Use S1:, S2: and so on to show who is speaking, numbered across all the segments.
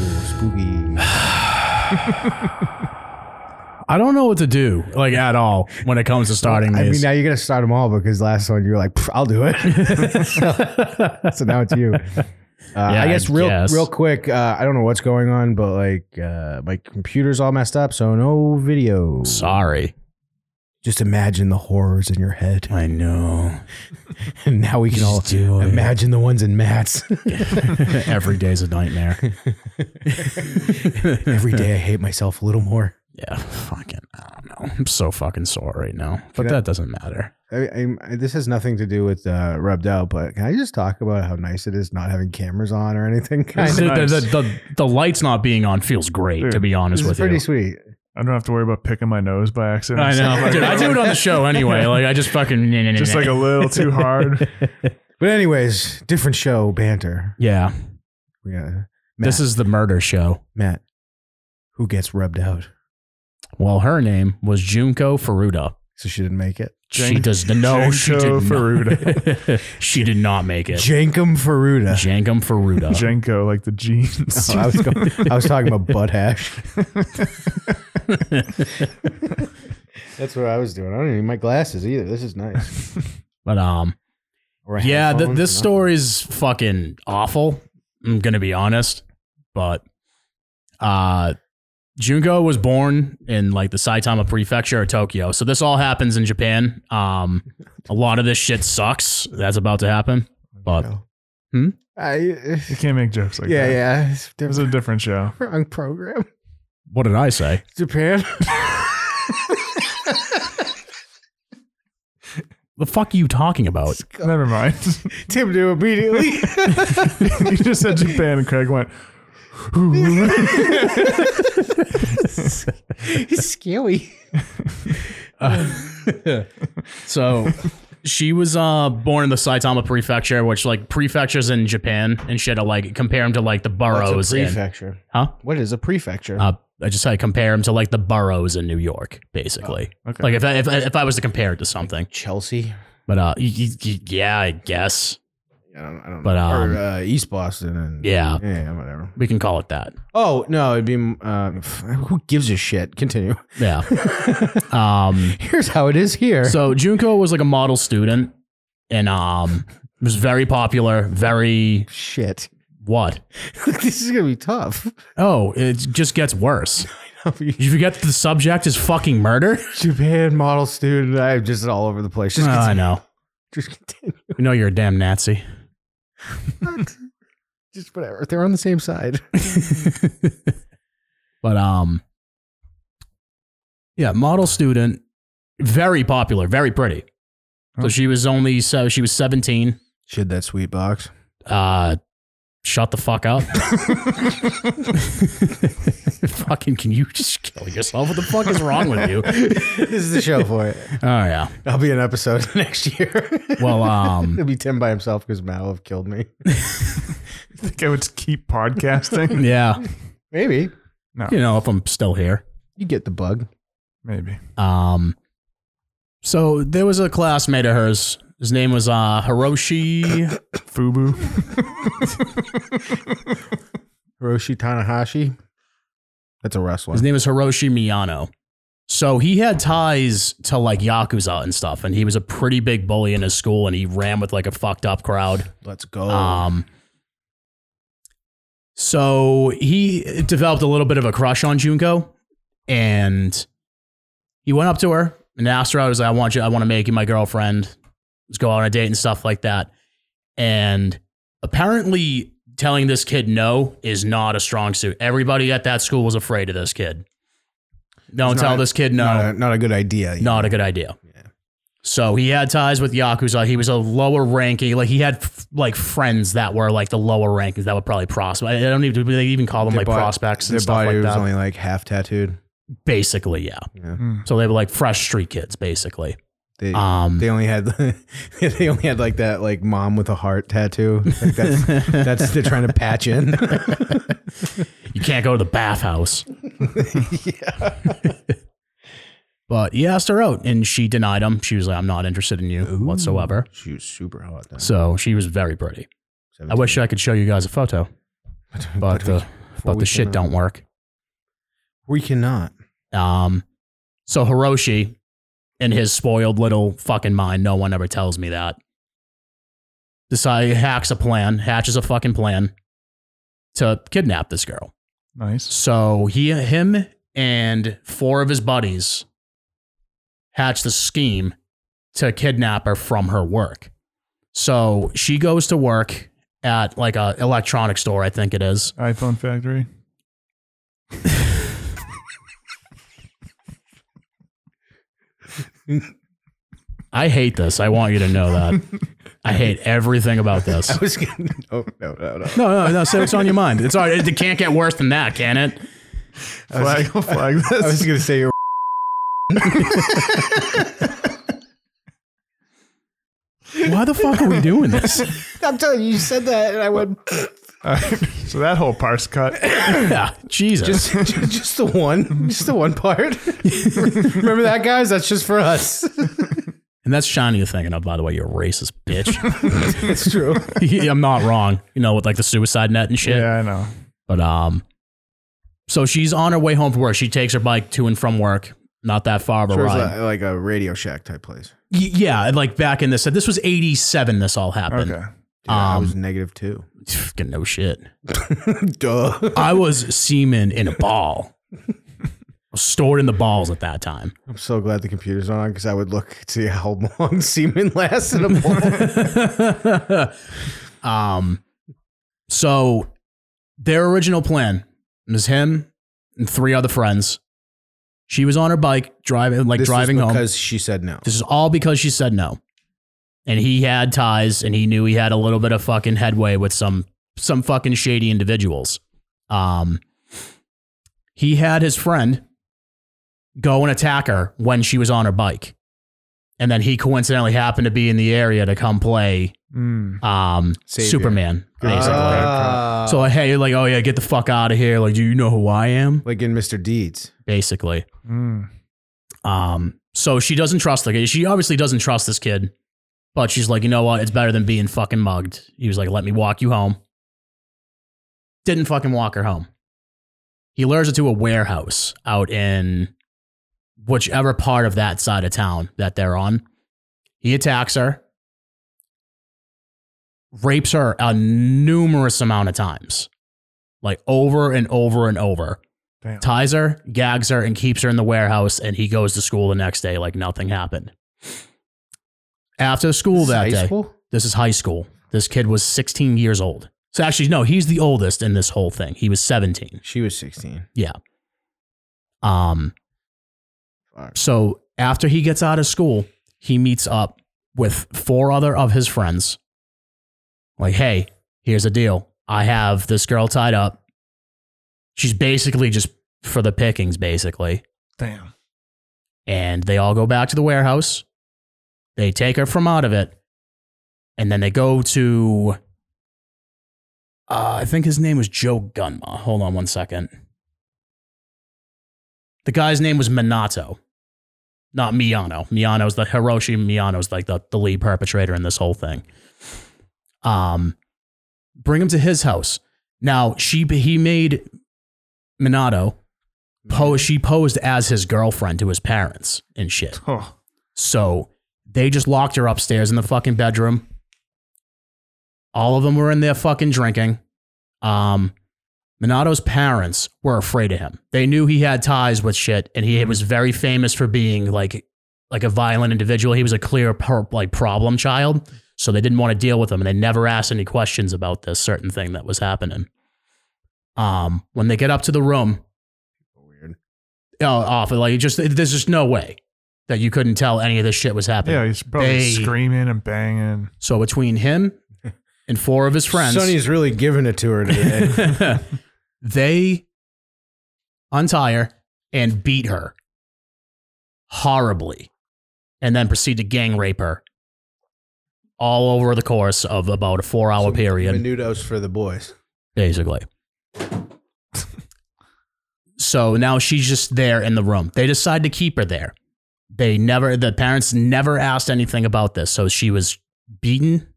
S1: spooky.
S2: I don't know what to do, like at all, when it comes to starting
S1: I mean,
S2: these.
S1: now you're gonna start them all because last one you were like, "Pff, I'll do it. so, so now it's you. Uh, I guess
S2: I
S1: real
S2: guess.
S1: real quick. Uh, I don't know what's going on, but like uh, my computer's all messed up, so no video.
S2: Sorry,
S1: Just imagine the horrors in your head,
S2: I know.
S1: and now we can all
S2: Just do it.
S1: imagine the ones in Matt's.
S2: Every day's a nightmare.
S1: Every day I hate myself a little more.
S2: Yeah, fucking. I don't know. I'm so fucking sore right now, but
S1: Can I-
S2: that doesn't matter.
S1: I, I'm- I, this has nothing to do with uh, rubbed out, but can I just talk about how nice it is not having cameras on or anything?
S2: The,
S1: Kind of.
S2: the- the, the, the lights not being on feels great, to be honest
S1: This is
S2: with you.
S1: pretty sweet.
S3: I don't have to worry about picking my nose by accident.
S2: I know. Dude, I do it on the show anyway. Like I just fucking nah, nah, nah,
S3: Just
S2: nah.
S3: like a little too hard.
S1: But anyways, different show banter.
S2: yeah.
S1: We got
S2: This is the murder show.
S1: Matt, who gets rubbed out,
S2: Well, her name was Junko Furuta.
S1: so she didn't make it.
S2: she
S3: Jen-
S2: does no. she did
S3: Jenko
S2: not. she did not make it.
S1: Jankum Faruda.
S2: Jankum Furuta.
S3: Jenko, like the jeans.
S1: Oh, I, was going, I was talking about butt hash. That's what I was doing. I don't even need my glasses either. This is nice.
S2: but um,
S1: Or
S2: yeah, th-
S1: headphones,
S2: this
S1: nothing.
S2: story's fucking awful. I'm gonna be honest, but uh, Junko was born in like the Saitama Prefecture of Tokyo. So this all happens in Japan. Um, a lot of this shit sucks. That's about to happen. But Hmm?
S1: I,
S3: you can't make jokes like
S1: yeah,
S3: that.
S1: yeah. It's
S3: It was a
S1: different.
S3: different show.
S1: Wrong program.
S2: what did I say?
S1: Japan.
S2: The fuck are you talking about?
S3: Never mind.
S1: Tim do immediately.
S3: you just said Japan, and Craig went.
S1: It's scary.
S2: So she was uh, born in the Saitama Prefecture, which like prefectures in Japan and shit. I like compare them to like the boroughs in,
S1: prefecture.
S2: huh?
S1: What is a prefecture?
S2: Uh, I just I compare them to like the boroughs in New York, basically.
S3: okay.
S2: Like if I, if I, if I was to compare it to something,
S1: Chelsea.
S2: but uh, y- y- y- yeah, I guess
S1: I don't, I don't
S2: But,
S1: know.
S2: um,
S1: or uh, East Boston and
S2: Yeah.
S1: yeah, whatever.
S2: we can call it that.
S1: Oh no, it'd be uh, who gives a shit. Continue.
S2: Yeah. um.
S1: Here's how it is here.
S2: So Junko was like a model student, and um, was very popular. Very
S1: shit.
S2: what?
S1: this is gonna be tough.
S2: Oh, it just gets worse. You forget that the subject is fucking murder.
S1: Japan model student. I'm just all over the place. Just
S2: Oh, I
S1: continue.
S2: know.
S1: Just continue.
S2: We know you're a damn Nazi.
S1: Just whatever. They're on the same side.
S2: but um, yeah, model student, very popular, very pretty. So
S3: Oh.
S2: she was only so she was seventeen.
S1: Shit, that sweet box.
S2: Uh, shut the fuck up. fucking, can you just kill yourself? What the fuck is wrong with you? Oh
S1: this is the show for it.
S2: yeah.
S1: I'll be an episode next year.
S2: Well, um,
S1: It'll be Tim by himself because Mal have killed me.
S3: I think I would keep podcasting.
S2: yeah.
S1: Maybe
S2: You know, if I'm still here.
S1: you get the bug.
S3: Maybe.
S2: Um, so there was a classmate of hers. His name was uh, Hiroshi.
S3: Fubu.
S1: Hiroshi Tanahashi. That's a wrestler.
S2: His name was Hiroshi Miyano. So he had ties to like yakuza and stuff, and he was a pretty big bully in his school, and he ran with like a fucked up crowd.
S1: Let's go.
S2: Um, so he developed a little bit of a crush on Junko, and he went up to her and asked her, "I was like, I want you, I want to make you my girlfriend. Let's go out on a date and stuff like that." And apparently, telling this kid no is not a strong suit. Everybody at that school was afraid of this kid. Don't
S1: It's
S2: tell
S1: not-
S2: this kid no
S1: not, a, not a good idea.
S2: not a good idea.
S1: Yeah.
S2: So he had ties with Yakuza. He was a lower ranking. Like he had f- like friends that were like the lower rankings that would probably prospect. I I don't even do they even call them
S1: Their
S2: like
S1: body-
S2: prospects
S1: Their
S2: and stuff
S1: body
S2: like
S1: was
S2: that.
S1: only like half tattooed.
S2: basically, yeah.
S1: Yeah.
S2: So they were like fresh street kids, basically.
S1: They,
S2: Um,
S1: they only had they only had like that like mom with a heart tattoo. Like that's that's they're trying to patch in.
S2: you can't go to the bathhouse.
S1: yeah.
S2: But he asked her out, and she denied him. She was like, "I'm not interested in you whatsoever."
S1: She was super hot. Then.
S2: So she was very pretty. I wish I could show you guys a photo, but, uh,
S4: Well,
S2: but
S4: we
S2: the shit
S4: cannot.
S2: don't work.
S4: We cannot.
S2: Um, so Hiroshi, in his spoiled little fucking mind, no one ever tells me that. Decide hacks a plan, hatches a fucking plan to kidnap this girl.
S3: Nice.
S2: So he, him, and four of his buddies hatch the scheme to kidnap her from her work. So she goes to work at like a electronic store, I think it is.
S3: iPhone factory.
S2: I hate this. I want you to know that. I hate everything about this.
S4: I was gonna, no, no, no, no.
S2: No, no, no. Say what's on your mind. It's all right. It can't get worse than that, can it?
S3: Flag, flag this.
S4: I was gonna say you're.
S2: Why the fuck are we doing this?
S4: I'm telling you, you said that, and I went
S3: All right. So that whole part's cut.
S2: Yeah, Jesus.
S4: just, just the one, just the one part. Remember that, guys? That's just for us.
S2: and that's Shiny you're thinking of, by the way. You're a racist bitch.
S4: That's true.
S2: I'm not wrong. You know, with like the suicide net and shit.
S3: Yeah, I know.
S2: But um, so she's on her way home from work. She takes her bike to and from work. Not that far of a
S4: Sure, it's
S2: ride.
S4: like, like a Radio Shack type place.
S2: Y- yeah, like back in this. This was '87. This all happened.
S3: Okay.
S4: Dude, I
S2: Um,
S4: was negative two.
S2: Fucking no shit.
S4: Duh.
S2: I was semen in a ball. Stored in the balls at that time.
S4: I'm so glad the computer's on because I would look to see how long semen lasts in a bowl.
S2: um, so their original plan was him and three other friends. She was on her bike driving, like
S4: This is
S2: driving home.
S4: because she said no.
S2: This is all because she said no, and he had ties, and he knew he had a little bit of fucking headway with some some fucking shady individuals. Um, he had his friend go and attack her when she was on her bike, and then he coincidentally happened to be in the area to come play
S3: Mm.
S2: um
S4: Savior.
S2: Superman.
S4: Good
S2: Basically.
S4: Ah.
S2: so hey, you're like, oh yeah, get the fuck out of here. Like, do you know who I am?
S4: like in Mr. Deeds.
S2: Basically.
S3: Mm.
S2: Um, so she doesn't trust the kid. She obviously doesn't trust this kid, but she's like, you know what? It's better than being fucking mugged. He was like, let me walk you home. Didn't fucking walk her home. He lures her to a warehouse out in whichever part of that side of town that they're on. He attacks her, rapes her a numerous amount of times, like over and over and over
S3: Damn.
S2: ties her, gags her, and keeps her in the warehouse. And he goes to school the next day like nothing happened. After school that day,
S4: Sizable?
S2: this is high school. This kid was 16 years old. So actually, no, he's the oldest in this whole thing. He was 17.
S4: She was 16.
S2: Um,
S4: Fuck.
S2: so after he gets out of school, he meets up with four other of his friends. Like, hey, here's a deal. I have this girl tied up. She's basically just for the pickings, basically.
S3: Damn.
S2: and they all go back to the warehouse. They take her from out of it, and then they go to. Uh, I think his name was Joe Gunma. Hold on one second. The guy's name was Minato, not Miyano. Miyano's the Hiroshi Miyano's like the, the lead perpetrator in this whole thing. Um, bring him to his house. Now she he made Minato pose, she posed as his girlfriend to his parents and shit.
S3: Oh.
S2: So they just locked her upstairs in the fucking bedroom. All of them were in there fucking drinking. Um, Minato's parents were afraid of him. They knew he had ties with shit, and he was very famous for being like, like a violent individual. He was a clear pro- like problem child, so they didn't want to deal with him, and they never asked any questions about this certain thing that was happening. Um, when they get up to the room,
S4: Weird.
S2: uh, off. Like, it just there's just no way that you couldn't tell any of this shit was happening.
S3: Yeah, he's probably
S2: They-
S3: screaming and banging.
S2: So between him and four of his friends,
S4: Sonny's really giving it to her today.
S2: they untie her and beat her horribly, and then proceed to gang rape her all over the course of about a four-hour
S4: Some
S2: period.
S4: Menudos for the boys.
S2: basically. so now she's just there in the room. They decide to keep her there. They never, the parents never asked anything about this. So she was beaten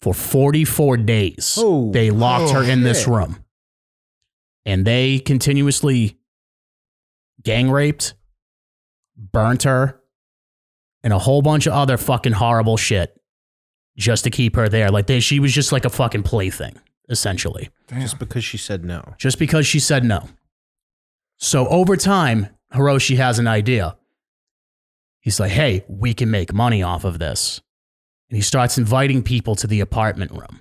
S2: for 44 days.
S4: Oh,
S1: Oh,
S2: they locked her in this
S4: shit.
S2: room. and they continuously gang raped, burnt her, and a whole bunch of other fucking horrible shit just to keep her there. Like they, she was just like a fucking plaything, essentially,
S1: just because she said no.
S2: just because she said no. So over time, Hiroshi has an idea. He's like, hey, we can make money off of this. And he starts inviting people to the apartment room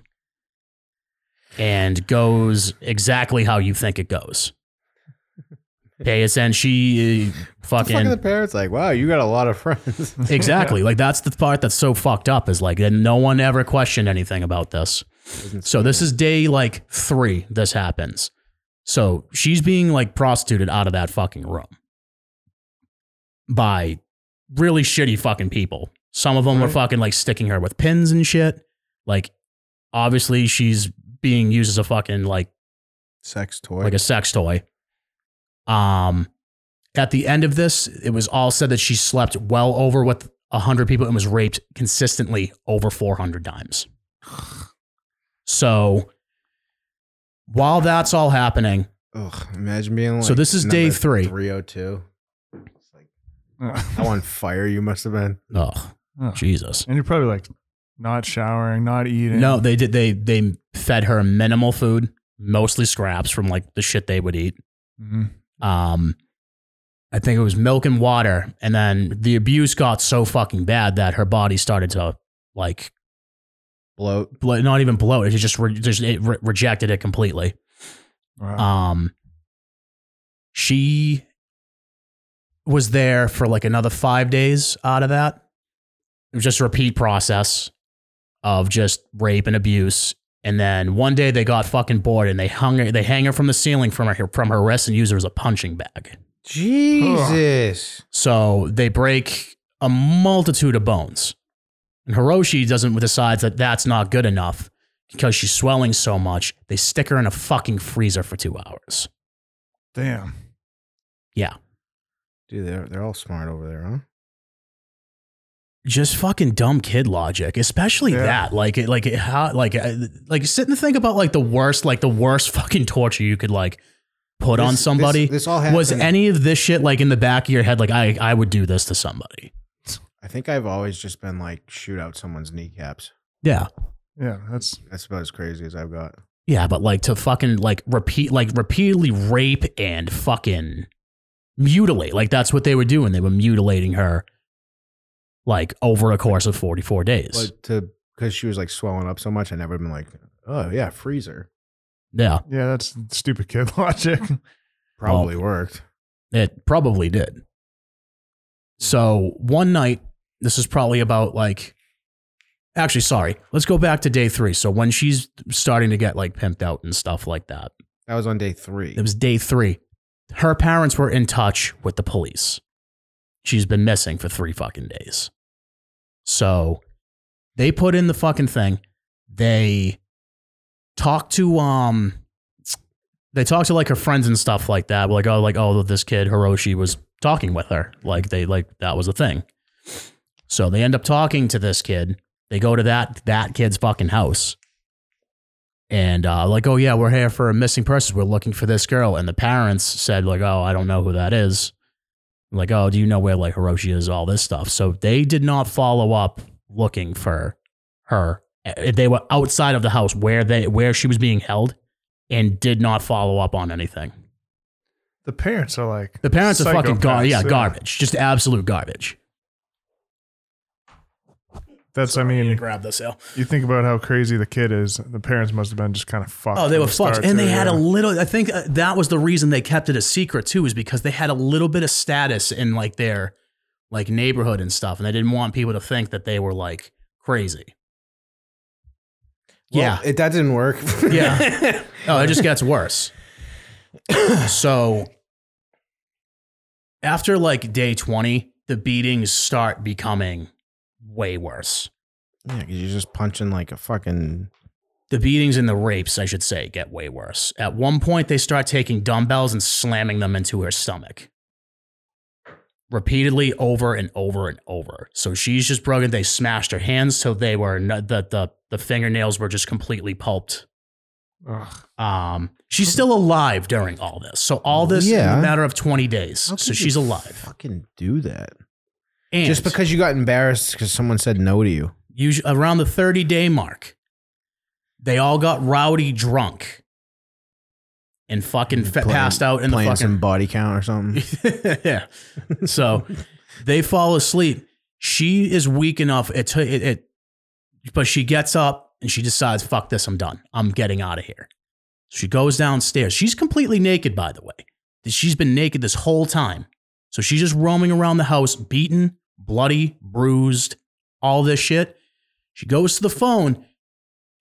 S2: and goes exactly how you think it goes. ASN, she uh,
S4: The fuck
S2: fucking
S4: are the parents like, wow, you got a lot of friends.
S2: Exactly. Like that's the part that's so fucked up is like that no one ever questioned anything about this. Mm-hmm. So this is day like three. This happens. So she's being like prostituted out of that fucking room by really shitty fucking people. Some of them are
S3: Right.
S2: fucking like sticking her with pins and shit. Like obviously she's being used as a fucking like
S1: Sex toy.
S2: like a sex toy. Um, at the end of this, it was all said that she slept well over with hundred people and was raped consistently over four hundred times. So, while that's all happening,
S1: Ugh, imagine being like.
S2: So this is day three.
S1: Three oh two.
S3: Ugh.
S1: How on fire you must have been.
S2: oh
S3: Ugh.
S2: Jesus!
S3: and you're probably like not showering, not eating.
S2: No, they did. They they fed her minimal food, mostly scraps from like the shit they would eat.
S3: Mhm.
S2: um I think it was milk and water and then the abuse got so fucking bad that her body started to like
S1: Bloat.
S2: blo- not even bloat it just re- just it re- rejected it completely
S3: Wow.
S2: um she was there for like another 5 days out of that it was just a repeat process of just rape and abuse and then one day they got fucking bored and they hung her, they hang her from the ceiling from her from her wrist and use her as a punching bag
S1: Jesus.
S2: So they break a multitude of bones. And Hiroshi doesn't decides that that's not good enough because she's swelling so much. They stick her in a fucking freezer for two hours.
S3: Damn.
S1: Dude, they're they're all smart over there, huh?
S2: Just fucking dumb kid logic, especially
S3: Yeah.
S2: that. Like, it, like it, how, like, uh, like sit and think about like the worst, like the worst fucking torture you could like put on
S1: This-
S2: somebody.
S1: This, this all happened.
S2: Was any of this shit like in the back of your head? Like, I, I would do this to somebody.
S1: I think I've always just been like shoot out someone's kneecaps.
S2: Yeah.
S3: Yeah, that's
S1: That's about as crazy as I've got.
S2: Yeah, but like to fucking like repeat like repeatedly rape and fucking mutilate. Like that's what they were doing. They were mutilating her like over a course of 44 days.
S1: But to because she was like swelling up so much, I never been like, oh yeah, freezer.
S2: yeah,
S3: yeah, that's stupid kid logic.
S1: Probably worked.
S2: it probably did. So, one night, this is probably about like Actually, sorry. Let's go back to day 3. So when she's starting to get like pimped out and stuff like that.
S1: That was on day three.
S2: It was day three. Her parents were in touch with the police. She's been missing for three fucking days. So they put in the fucking thing. They talked to um they talked to like her friends and stuff like that. Like, oh, like, oh, this kid Hiroshi was talking with her. Like they like that was a thing. So they end up talking to this kid. They go to that that kid's fucking house and uh, like, oh yeah, we're here for a missing person. We're looking for this girl. And the parents said like, oh, I don't know who that is. Like, oh, do you know where like Hiroshi is? All this stuff. So they did not follow up looking for her. Eh, They were outside of the house where they where she was being held, and did not follow up on anything.
S3: The parents are like
S2: The parents are fucking gar-
S3: psychopaths,
S2: yeah, garbage, just absolute garbage.
S3: That's I mean,
S2: grab this out.
S3: you think about how crazy the kid is. The parents must have been just kind of fucked.
S2: Oh, they
S3: from
S2: were
S3: the start,
S2: fucked, and they
S3: too,
S2: had a
S3: yeah.
S2: little. I think uh, that was the reason they kept it a secret too, is because they had a little bit of status in like their like neighborhood and stuff, and they didn't want people to think that they were like crazy.
S1: Well,
S2: yeah.
S1: it, that didn't work.
S2: Yeah. Oh, it just gets worse. so after like day twenty, the beatings start becoming way worse.
S1: Yeah, 'cause you're just punching like a fucking.
S2: The beatings and the rapes, I should say, get way worse. At one point, they start taking dumbbells and slamming them into her stomach. Repeatedly over and over and over. So she's just broken. They smashed her hands so they were, no- the, the, the fingernails were just completely pulped.
S3: Ugh.
S1: Oh.
S2: Um, she's still alive during all this. So all this in
S4: Yeah.
S2: a matter of 20 days.
S1: How
S2: So
S1: could
S2: she's
S1: you
S2: alive.
S1: Fucking do that.
S2: And
S1: Just because you got embarrassed because someone said no to you.
S2: usu around the 30 day mark, they all got rowdy drunk and fucking fa-
S1: Playing-
S2: passed out in the
S1: playing
S2: fucking
S1: some body count or something.
S2: yeah. So they fall asleep. She is weak enough. It, t- it, it, but she gets up and she decides, "Fuck this! I'm done. I'm getting out of here." She goes downstairs. She's completely naked, by the way. She's been naked this whole time. So she's just roaming around the house, beaten, bloody, bruised, all this shit. She goes to the phone,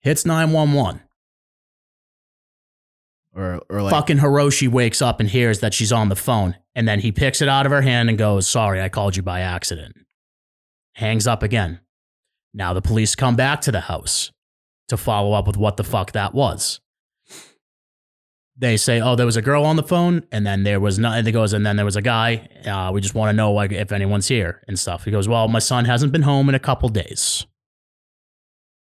S2: hits 911.
S1: or or like
S2: fucking Hiroshi wakes up and hears that she's on the phone, and then he picks it out of her hand and goes, "Sorry, I called you by accident." Hangs up again. Now the police come back to the house to follow up with what the fuck that was. They say, "Oh, there was a girl on the phone, and then there was nothing." They goes, and then there was a guy. Uh, we just want to know like if anyone's here and stuff. He goes, "Well, my son hasn't been home in a couple days,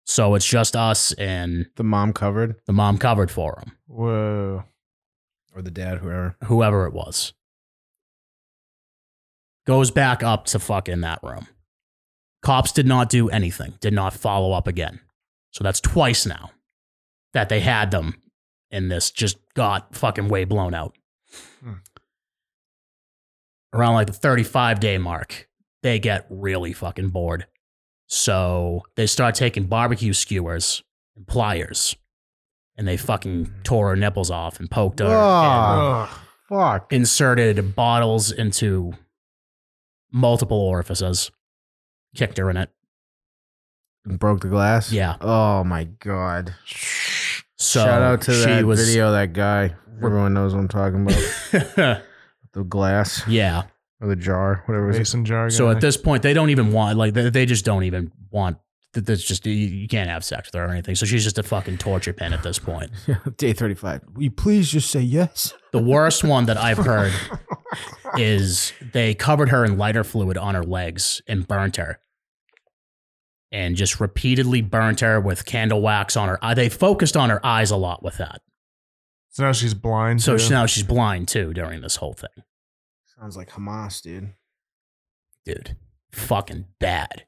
S2: so it's just us." And
S1: the mom covered
S2: the mom covered for him.
S3: Whoa.
S1: or the dad, whoever.
S2: whoever it was, goes back up to fuck in that room. Cops did not do anything, did not follow up again. So that's twice now that they had them and this just got fucking way blown out.
S3: Hmm.
S2: Around like the 35 day mark, they get really fucking bored. So they start taking barbecue skewers and pliers and they fucking tore her nipples off and poked her. and-
S1: Ah.
S3: Hmm. Ugh.
S1: Fuck.
S2: inserted bottles into multiple orifices, kicked her in it.
S1: And broke the glass.
S2: Yeah.
S1: Oh my god.
S2: So
S1: Shout out to
S2: she
S1: that
S2: was,
S1: video, that guy. Everyone knows what I'm talking about. the glass
S2: yeah.
S1: or the jar, whatever it is.
S3: Mason jar.
S2: So
S3: guy.
S2: at this point, they don't even want like they, they just don't even want. th- That's just you, you can't have sex with her or anything. So she's just a fucking torture pin at this point.
S1: Day 35. Will you please just say yes?
S2: The worst one that I've heard is they covered her in lighter fluid on her legs and burnt her. And just repeatedly burnt her with candle wax on her eye. They focused on her eyes a lot with that.
S3: so now she's blind.
S2: So
S3: too.
S2: she, now she's blind too during this whole thing.
S1: Sounds like Hamas, dude.
S2: Dude, fucking bad.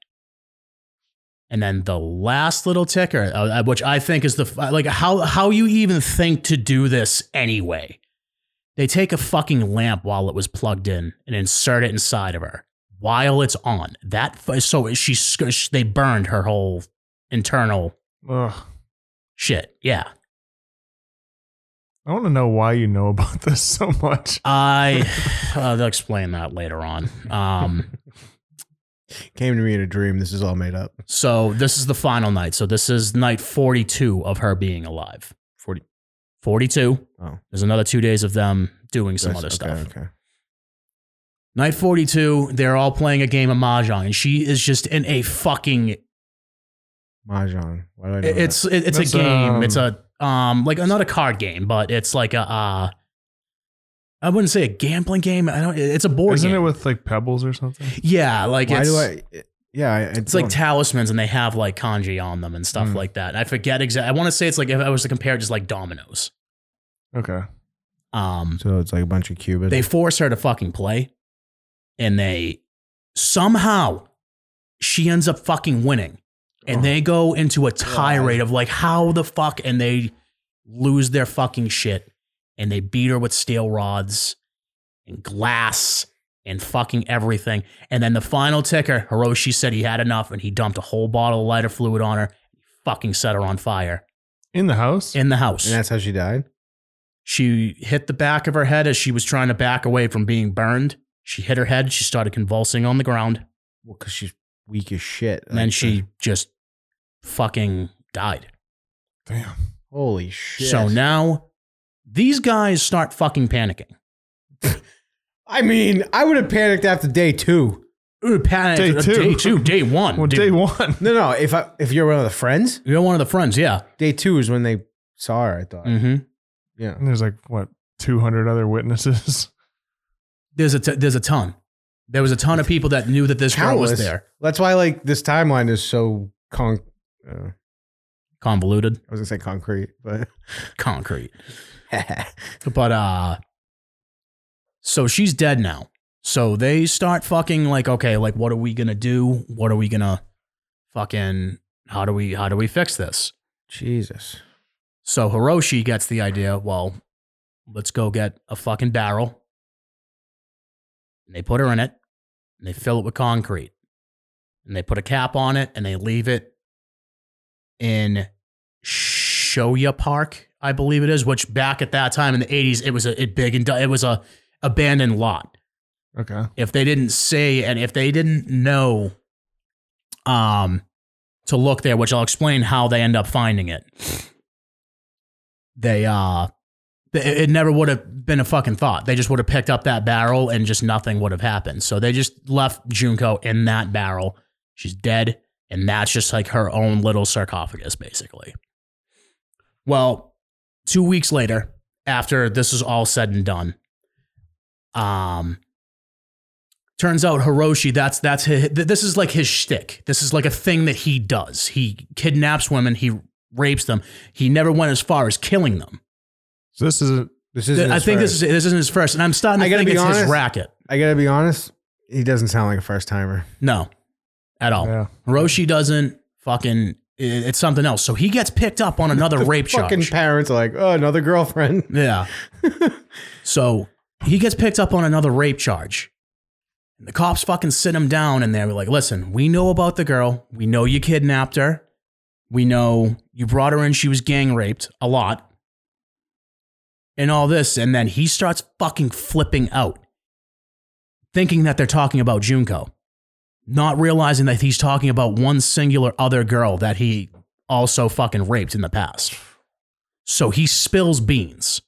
S2: And then the last little ticker, uh, which I think is the f- uh, like how how you even think to do this anyway. They take a fucking lamp while it was plugged in and insert it inside of her while it's on. That f- so she sc- they burned her whole internal
S3: Ugh.
S2: shit. Yeah.
S3: I want to know why you know about this so much.
S2: I uh, they'll explain that later on. Um
S1: Came to me in a dream. This is all made up.
S2: So this is the final night. So this is night 42 of her being alive.
S1: 40.
S2: 42.
S1: Oh.
S2: There's another two days of them doing some other
S1: That's-
S2: stuff.
S1: okay, Okay.
S2: Night 42, they're all playing a game of Mahjong, and she is just in a fucking
S1: Mahjong. Why do I know
S2: it's it- it's a
S3: That's,
S2: game.
S3: um,
S2: it's a um like not a card game, but it's like a uh I wouldn't say a gambling game. I don't it's a board
S3: Isn't
S2: game.
S3: it with like pebbles or something?
S2: yeah, like
S1: that? Why
S2: it's
S1: do I? Yeah. I- I
S2: It's like
S1: don't-
S2: talismans, and they have like kanji on them and stuff
S1: Hmm.
S3: Mm.
S2: like that. I forget exactly. I want to say it's like if I was to compare it, just like dominoes.
S3: Okay.
S2: Um,
S1: so it's like a bunch of Cubans.
S2: they force her to fucking play, and they somehow she ends up fucking winning, and
S3: Oh.
S2: they go into a tirade of like how the fuck, and they lose their fucking shit, and they beat her with steel rods and glass and fucking everything. And then the final ticker, Hiroshi said he had enough and he dumped a whole bottle of lighter fluid on her. Fucking set her on fire
S3: In the house?
S2: in the house.
S1: and that's how she died.
S2: She hit the back of her head as she was trying to back away from being burned. She hit her head. She started convulsing on the ground.
S1: Well, because she's weak as shit.
S2: And then
S1: Like, uh,
S2: she just fucking died.
S3: Damn.
S1: Holy shit.
S2: So now these guys start fucking panicking.
S1: I mean, I would have panicked after day two.
S2: Ooh, panic.
S3: Day
S2: uh,
S3: two.
S2: Day two. Day one.
S3: Well,
S2: dude.
S3: day one.
S1: No, no. If I if you're one of the friends,
S2: You're one of the friends. Yeah.
S1: day two is when they saw her. I thought.
S2: Mm-hmm.
S1: Yeah.
S3: And there's like, what, 200 other witnesses?
S2: There's a t- there's a ton. There was a ton of people that knew that this girl was
S1: Countless.
S2: there.
S1: That's why like this timeline is so con. Uh,
S2: convoluted,
S1: I was gonna say concrete, but
S2: concrete. But uh so she's dead now. So they start fucking like, okay, like what are we gonna do? What are we gonna fucking how do we how do we fix this?
S1: Jesus.
S2: So Hiroshi gets the idea, well, let's go get a fucking barrel. And they put her in it and they fill it with concrete. And they put a cap on it and they leave it in Shoya Park, I believe it is, which back at that time in the 80s it was a it big and it was a abandoned lot.
S3: Okay.
S2: If they didn't say and if they didn't know um to look there, which I'll explain how they end up finding it. They uh th- it it never would have been a fucking thought. They just would have picked up that barrel and just nothing would have happened. So they just left Junko in that barrel. She's dead, and that's just like her own little sarcophagus, basically. Well, two weeks later, after this is all said and done, um, turns out Hiroshi, that's that's his, this is like his shtick. This is like a thing that he does. He kidnaps women. He rapes them. He never went as far as killing them.
S3: So this is a,
S1: This isn't.
S2: I
S1: his
S2: think
S1: first.
S2: this is this isn't his first, and I'm starting to
S1: I gotta
S2: think
S1: be
S2: it's his
S1: honest.
S2: racket.
S1: I gotta be honest. He doesn't sound like a first timer.
S2: No, at all.
S3: yeah.
S2: Roshi doesn't fucking. i- It's something else. So he gets picked up on another rape
S1: Fucking
S2: charge.
S1: parents are like, oh, another girlfriend.
S2: yeah. so he gets picked up on another rape charge. And the cops fucking sit him down and they're like, "Listen, we know about the girl. We know you kidnapped her. We know you brought her in. She was gang raped a lot." And all this, and then he starts fucking flipping out, thinking that they're talking about Junko. not realizing that he's talking about one singular other girl that he also fucking raped in the past. So he spills beans.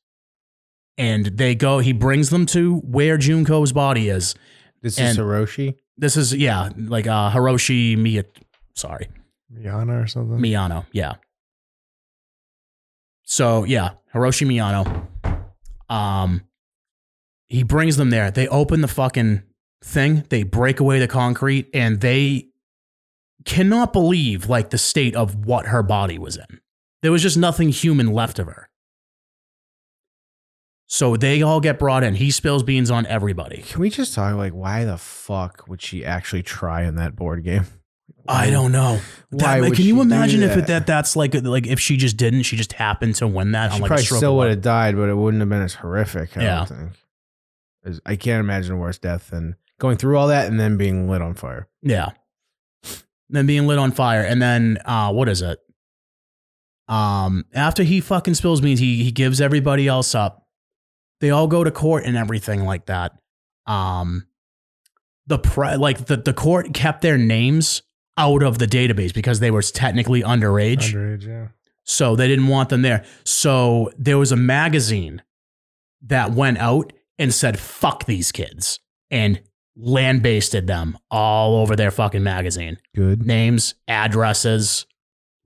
S2: And they go, he brings them to where Junko's body is.
S1: This
S2: And-
S1: is Hiroshi.
S2: This is, yeah, like uh, Hiroshi Miya, sorry,
S3: Rihanna or something.
S2: Miyano, yeah. So, yeah, Hiroshi Miyano. Um, he brings them there. They open the fucking thing. They break away the concrete and they cannot believe like the state of what her body was in. There was just nothing human left of her. So they all get brought in. He spills beans on everybody.
S1: Can we just talk like why the fuck would she actually try in that board game?
S2: I don't know.
S1: Why
S2: That-
S1: would
S2: can
S1: she
S2: you
S1: do
S2: imagine if
S1: that?
S2: it, that that's like like if she just didn't, she just happened to win that
S1: She
S2: on like a
S1: probably
S2: stroke
S1: still
S2: of
S1: would
S2: luck?
S1: have died, but it wouldn't have been as horrific. I
S2: Yeah.
S1: don't think. As- I can't imagine a worse death than going through all that and then being lit on fire.
S2: Yeah. Then being lit on fire, and then uh, what is it? Um, after he fucking spills beans, he he gives everybody else up. They all go to court and everything like that. Um, the pre- like the the court kept their names out of the database because they were technically underage.
S3: Underage, yeah.
S2: So they didn't want them there. So there was a magazine that went out and said, fuck these kids and land basted them all over their fucking magazine.
S1: Good.
S2: Names, addresses,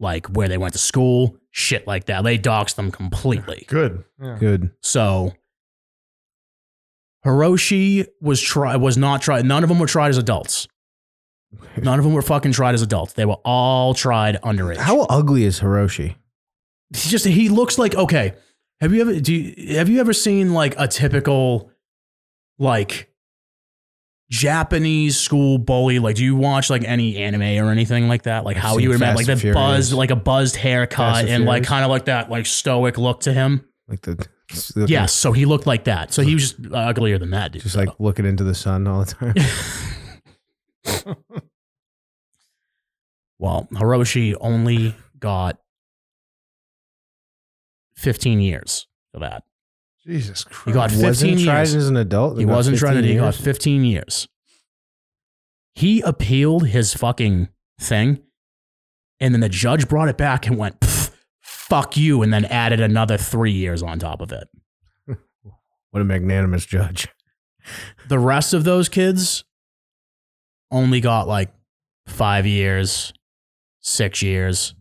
S2: like where they went to school, shit like that. They doxed them completely.
S3: Good. Yeah.
S1: Good.
S2: So Hiroshi was try was not tried. None of them were tried as adults. None of them were fucking tried as adults. They were all tried underage.
S1: How ugly is Hiroshi?
S2: He just he looks like okay. Have you ever do you, have you ever seen like a typical like Japanese school bully? Like, do you watch like any anime or anything like that? Like,
S1: I've
S2: how
S1: seen
S2: you would imagine
S1: Fast
S2: like
S1: and
S2: the buzzed
S1: Furious.
S2: like a buzzed haircut
S1: Fast
S2: and,
S1: and
S2: like
S1: Furious.
S2: kind of like that like stoic look to him.
S1: Like the
S2: Yes, so he looked like that. So he was just uglier than that dude.
S1: just
S2: though.
S1: like looking into the sun all the time.
S2: well, Hiroshi only got fifteen years for that.
S3: Jesus Christ.
S2: He got fifteen
S1: wasn't tried
S2: years.
S1: as an adult.
S2: He
S1: got
S2: wasn't trying to.
S1: 15
S2: He got
S1: years?
S2: 15 years. He appealed his fucking thing, and then the judge brought it back and went, "Pff, "Fuck you," and then added another three years on top of it.
S1: What a magnanimous judge.
S2: The rest of those kids only got like five years, six years.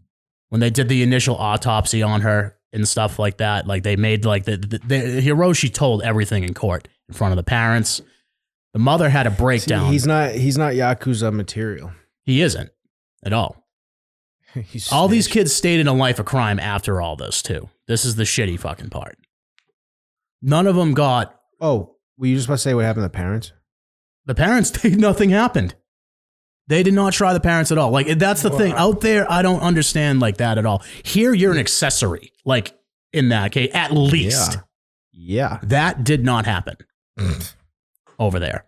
S2: When they did the initial autopsy on her and stuff like that, like they made like the, the, the Hiroshi told everything in court in front of the parents. The mother had a breakdown.
S1: he's not. He's not yakuza material.
S2: He isn't at all.
S1: He's
S2: All these kids stayed in a life of crime after all this too. This is the shitty fucking part. None of them got
S1: Oh, were you just about to say what happened to the parents?
S2: the parents. They, nothing happened. They did not try the parents at all. Like that's the thing out there. I don't understand like that at all. Here, you're an accessory. Like in that case, at least
S1: Yeah. Mm.
S2: that did not happen over there.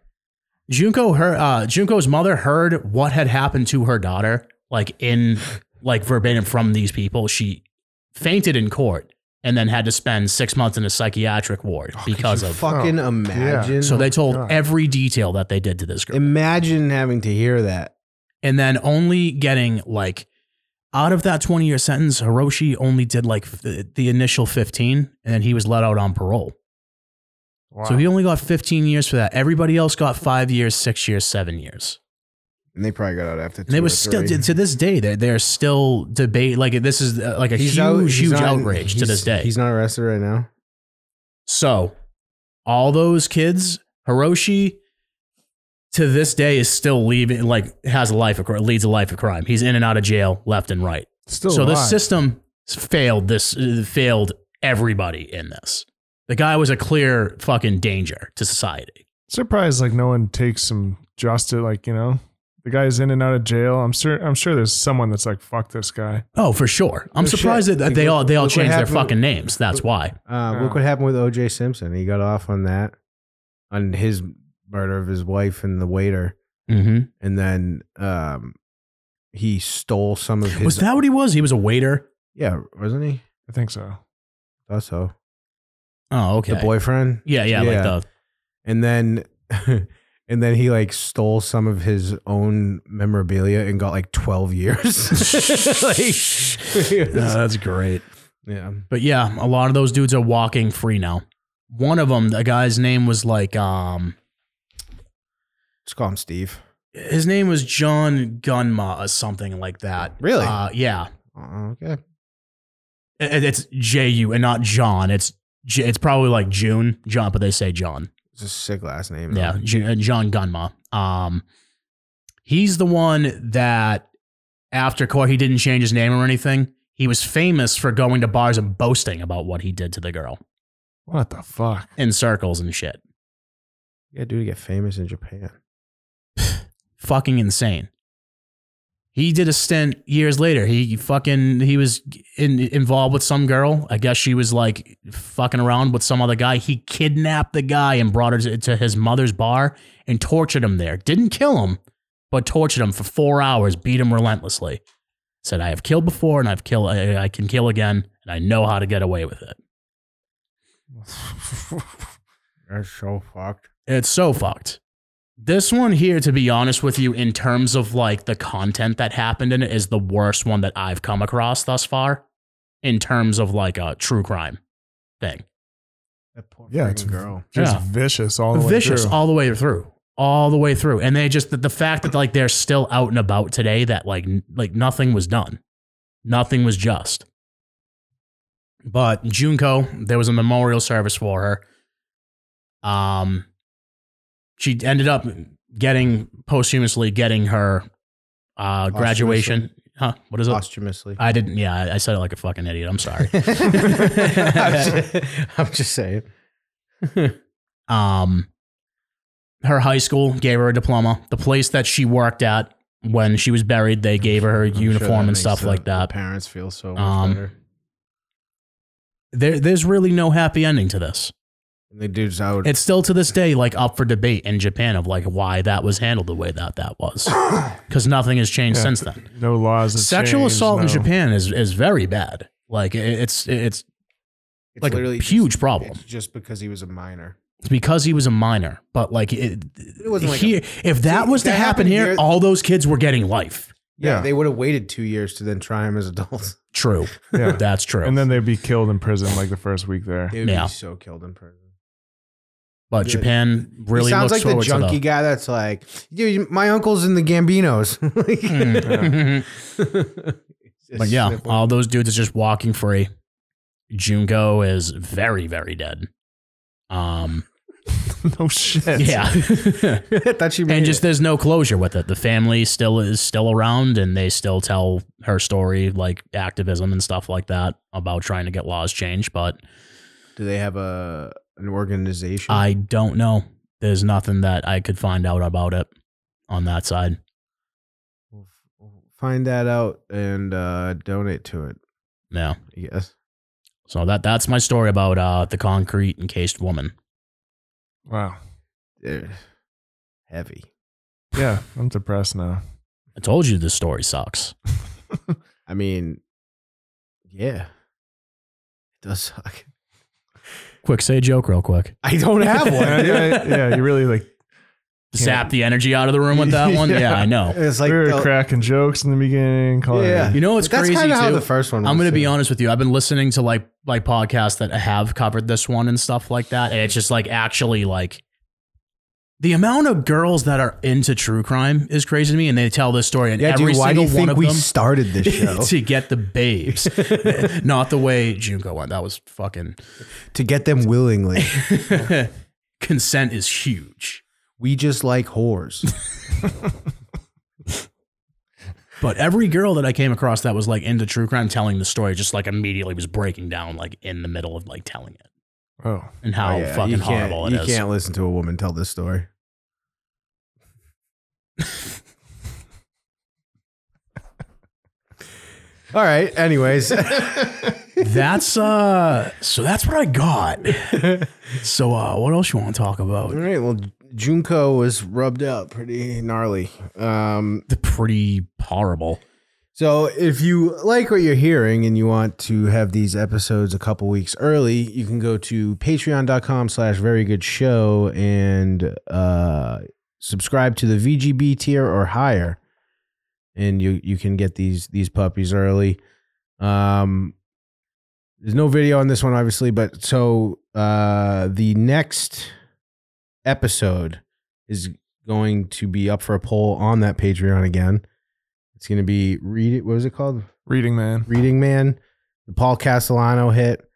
S2: Junko, her uh, Junko's mother heard what had happened to her daughter, like in like verbatim from these people. She fainted in court and then had to spend six months in a psychiatric ward because of.
S1: Oh, Fucking
S3: Oh,
S1: imagine.
S2: so they told
S3: God.
S2: every detail that they did to this girl,
S1: imagine having to hear that.
S2: and then only getting like out of that twenty year sentence, Hiroshi only did like f- the initial fifteen, and then he was let out on parole.
S3: Wow.
S2: So he only got 15 years for that. Everybody else got five years, six years, seven years.
S1: And they probably got out after.
S2: And they was still to, to this day. They're, they're still debate like this is uh, like a huge huge outrage to this day.
S1: He's not arrested right now.
S2: So all those kids, Hiroshi, to this day is still leaving like has a life of cri- leads a life of crime. He's in and out of jail left and right.
S1: Still
S2: so
S1: alive.
S2: this system failed this uh, failed everybody in this. The guy was a clear fucking danger to society.
S3: surprised like no one takes some justice. Like you know, the guy's in and out of jail. I'm sure. I'm sure there's someone that's like, fuck this guy.
S2: Oh, for sure. I'm
S1: No
S2: surprised
S1: shit.
S2: that
S1: Like,
S2: they
S1: look-
S2: all they all
S1: look what
S2: changed their
S1: happened-
S2: fucking names. That's why.
S1: Uh,
S3: Yeah.
S2: Oh.
S1: Look what happened with O.J. Simpson. He got off on that, on his murder of his wife and the waiter,
S2: Mm-hmm.
S1: and then um, he stole some of his.
S2: Was that what he was? He was a waiter.
S1: Yeah, wasn't he?
S3: I think so.
S1: Thought so.
S2: Oh, okay.
S1: The boyfriend,
S2: Yeah, yeah,
S1: Yeah.
S2: like the
S1: and then, and then he like stole some of his own memorabilia and got like twelve years. Like-
S2: that's great.
S1: yeah.
S2: But yeah, a lot of those dudes are walking free now. One of them, the guy's name was like um
S1: Let's call him Steve.
S2: his name was John Gunma or something like that.
S1: Really?
S2: Uh, yeah.
S1: Oh, okay.
S2: It- it- it's J U and not John. It's J- it's probably like June, John, but they say John.
S1: It's a sick last name. though.
S2: Yeah, Ju- uh, John Gunma. Um, he's the one that after court he didn't change his name or anything. He was famous for going to bars and boasting about what he did to the girl
S3: What the fuck?
S2: in circles and shit.
S1: Yeah, dude, get famous in Japan.
S2: Fucking insane. He did a stint years later. He fucking he was in, involved with some girl. I guess she was like fucking around with some other guy. He kidnapped the guy and brought her to, to his mother's bar and tortured him there. Didn't kill him, but tortured him for four hours. Beat him relentlessly. Said, "I have killed before, and I've killed. I, I can kill again, and I know how to get away with it."
S1: That's so fucked.
S2: It's so fucked. This one here, to be honest with you, in terms of like the content that happened in it, is the worst one that I've come across thus far in terms of like a true crime thing.
S1: That poor
S3: Yeah,
S1: freaking
S3: it's-
S1: girl.
S3: Just
S2: Yeah.
S3: vicious all the way
S2: Vicious
S3: through.
S2: all the way through. All the way through. And they just, the, the fact that like they're still out and about today, that like, n- like nothing was done, nothing was just. But Junko, there was a memorial service for her. Um, she ended up getting posthumously getting her uh, graduation. Huh? What is it?
S1: Posthumously.
S2: I didn't. Yeah, I- I said it like a fucking idiot. I'm sorry.
S1: I'm, just, I'm just saying.
S2: Um, her high school gave her a diploma. The place that she worked at when she was buried, they gave her her
S1: I'm sure
S2: uniform
S1: that
S2: and
S1: makes
S2: stuff
S1: the-
S2: like that.
S1: the parents feel so much
S2: Um,
S1: better.
S2: There, there's really no happy ending to this.
S1: And the dude's out.
S2: It's still to this day like up for debate in Japan of like why that was handled the way that that was, because nothing has changed
S3: Yeah.
S2: since then.
S3: No laws. have
S2: Sexual
S3: changed,
S2: assault in
S3: no.
S2: Japan is is very bad. Like it- it's it's
S1: It's
S2: like a
S1: literally
S2: huge
S1: just-
S2: problem.
S1: It's just because he was a minor.
S2: It's because he was a minor, but like it,
S1: It wasn't like a-
S2: here, if that
S1: See,
S2: was to
S1: that
S2: happen
S1: happened
S2: here,
S1: here-
S2: all those kids were getting life.
S1: Yeah,
S3: Yeah.
S1: they would have waited two years to then try him as adults.
S2: True,
S3: Yeah.
S2: that's true.
S3: and then they'd be killed in prison like the first week there.
S1: They would
S2: Yeah.
S1: be so killed in prison.
S2: but
S1: Yeah.
S2: Japan really
S1: he sounds like
S2: looks
S1: the
S2: forward to
S1: junkie
S2: the-
S1: guy that's like, dude, my uncle's in the Gambinos.
S2: Mm.
S1: Just
S2: but yeah, uh,
S1: sniffling.
S2: all those dudes are just walking free. Junko is very very dead. Um,
S3: no shit.
S2: yeah.
S1: I thought she made
S2: and just
S1: it.
S2: there's no closure with it. The family still is still around, and they still tell her story, like activism and stuff like that, about trying to get laws changed. But
S1: do they have a an organization?
S2: I don't know. There's nothing that I could find out about it on that side.
S1: We'll f- we'll find that out and uh, donate to it.
S2: Yeah.
S1: Yes.
S2: So that that's my story about uh, the concrete encased woman.
S3: Wow.
S1: Heavy.
S3: Yeah, I'm depressed now.
S2: I told you this story sucks.
S1: I mean, yeah, it does suck.
S2: Quick, say a joke real quick.
S1: I don't have
S3: yeah,
S1: one.
S3: yeah, yeah, you really like
S2: Zap the energy out of the room with that one. yeah. I know.
S1: It's like
S3: we were
S1: the-
S3: cracking jokes in the beginning. Calling
S1: Yeah.
S2: You know what's
S1: that's
S2: crazy
S1: kind
S2: too?
S1: of how the first one.
S2: I'm
S1: was,
S2: gonna be
S1: too.
S2: honest with you. I've been listening to like like podcasts that have covered this one and stuff like that, and it's just like actually like the amount of girls that are into true crime is crazy to me, and they tell this story, and
S1: Yeah,
S2: every
S1: dude. Why do
S2: single
S1: you
S2: one
S1: think
S2: of
S1: we
S2: them
S1: started this show
S2: to get the babes, not the way Junko went. That was fucking
S1: to get them willingly?
S2: consent is huge,
S1: We just like whores.
S2: but every girl that I came across that was like into true crime telling the story just like immediately was breaking down like in the middle of like telling it
S3: Oh,
S2: and how
S1: Oh, yeah, you
S2: fucking
S1: can't-
S2: horrible it
S1: you
S2: is.
S1: can't listen to a woman tell this story. All right. Anyways,
S2: that's uh so that's what i got so uh what else you want to talk
S1: all
S2: about
S1: right. Well, Junko was rubbed up pretty gnarly. Um,
S2: the pretty horrible
S1: So if you like what you're hearing and you want to have these episodes a couple weeks early, you can go to patreon.com slash very good show and uh, subscribe to the VGB tier or higher. And you you can get these these puppies early. Um there's no video on this one, obviously, but so uh the next episode is going to be up for a poll on that Patreon again. It's going to be read it. What was it called?
S3: reading man.
S1: Reading Man, the Paul Castellano hit,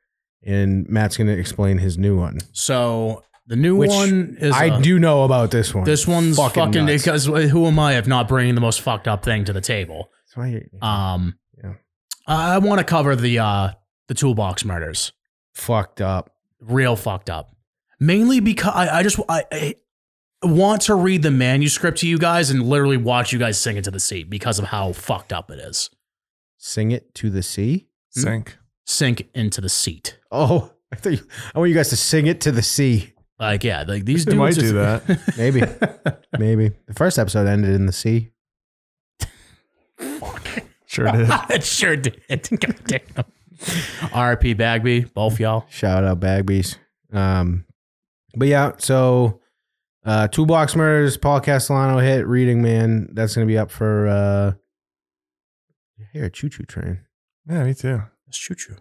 S1: and Matt's going to explain his new one.
S2: so the new
S1: Which
S2: one is
S1: I
S2: uh,
S1: do know about this one.
S2: this one's fucking,
S1: nuts.
S2: because uh, who am i if not bringing the most fucked up thing to the table
S1: That's why you-
S2: um
S1: Yeah.
S2: i, I want to cover the uh the toolbox murders
S1: fucked up.
S2: real fucked up. Mainly because I, I just I, I want to read the manuscript to you guys and literally watch you guys sing it to the sea because of how fucked up it is.
S1: Sing it to the sea.
S3: Sink.
S2: Sink into the seat.
S1: Oh, I thought you, I want you guys to sing it to the sea.
S2: Like yeah, like these
S3: They
S2: dudes
S3: might
S2: just-
S3: do that.
S1: Maybe, maybe the first episode ended in the sea.
S3: Sure did.
S2: it sure did. God damn. R.I.P. Bagby, both y'all.
S1: Shout out Bagbies. Um, but yeah, so uh, two box murders, Paul Castellano hit Reading Man. That's gonna be up for uh, here Choo Choo Train.
S3: Yeah, me too.
S2: It's choo choo.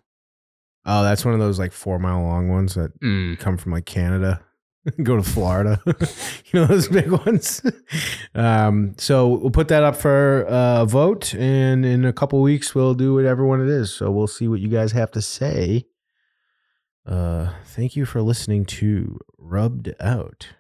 S1: Oh, that's one of those like four mile long ones that
S2: Mm.
S1: come from like Canada, go to Florida. you know those big ones. um, so we'll put that up for uh, vote, and in a couple weeks we'll do whatever one it is. So we'll see what you guys have to say. Uh, thank you for listening to Rubbed Out.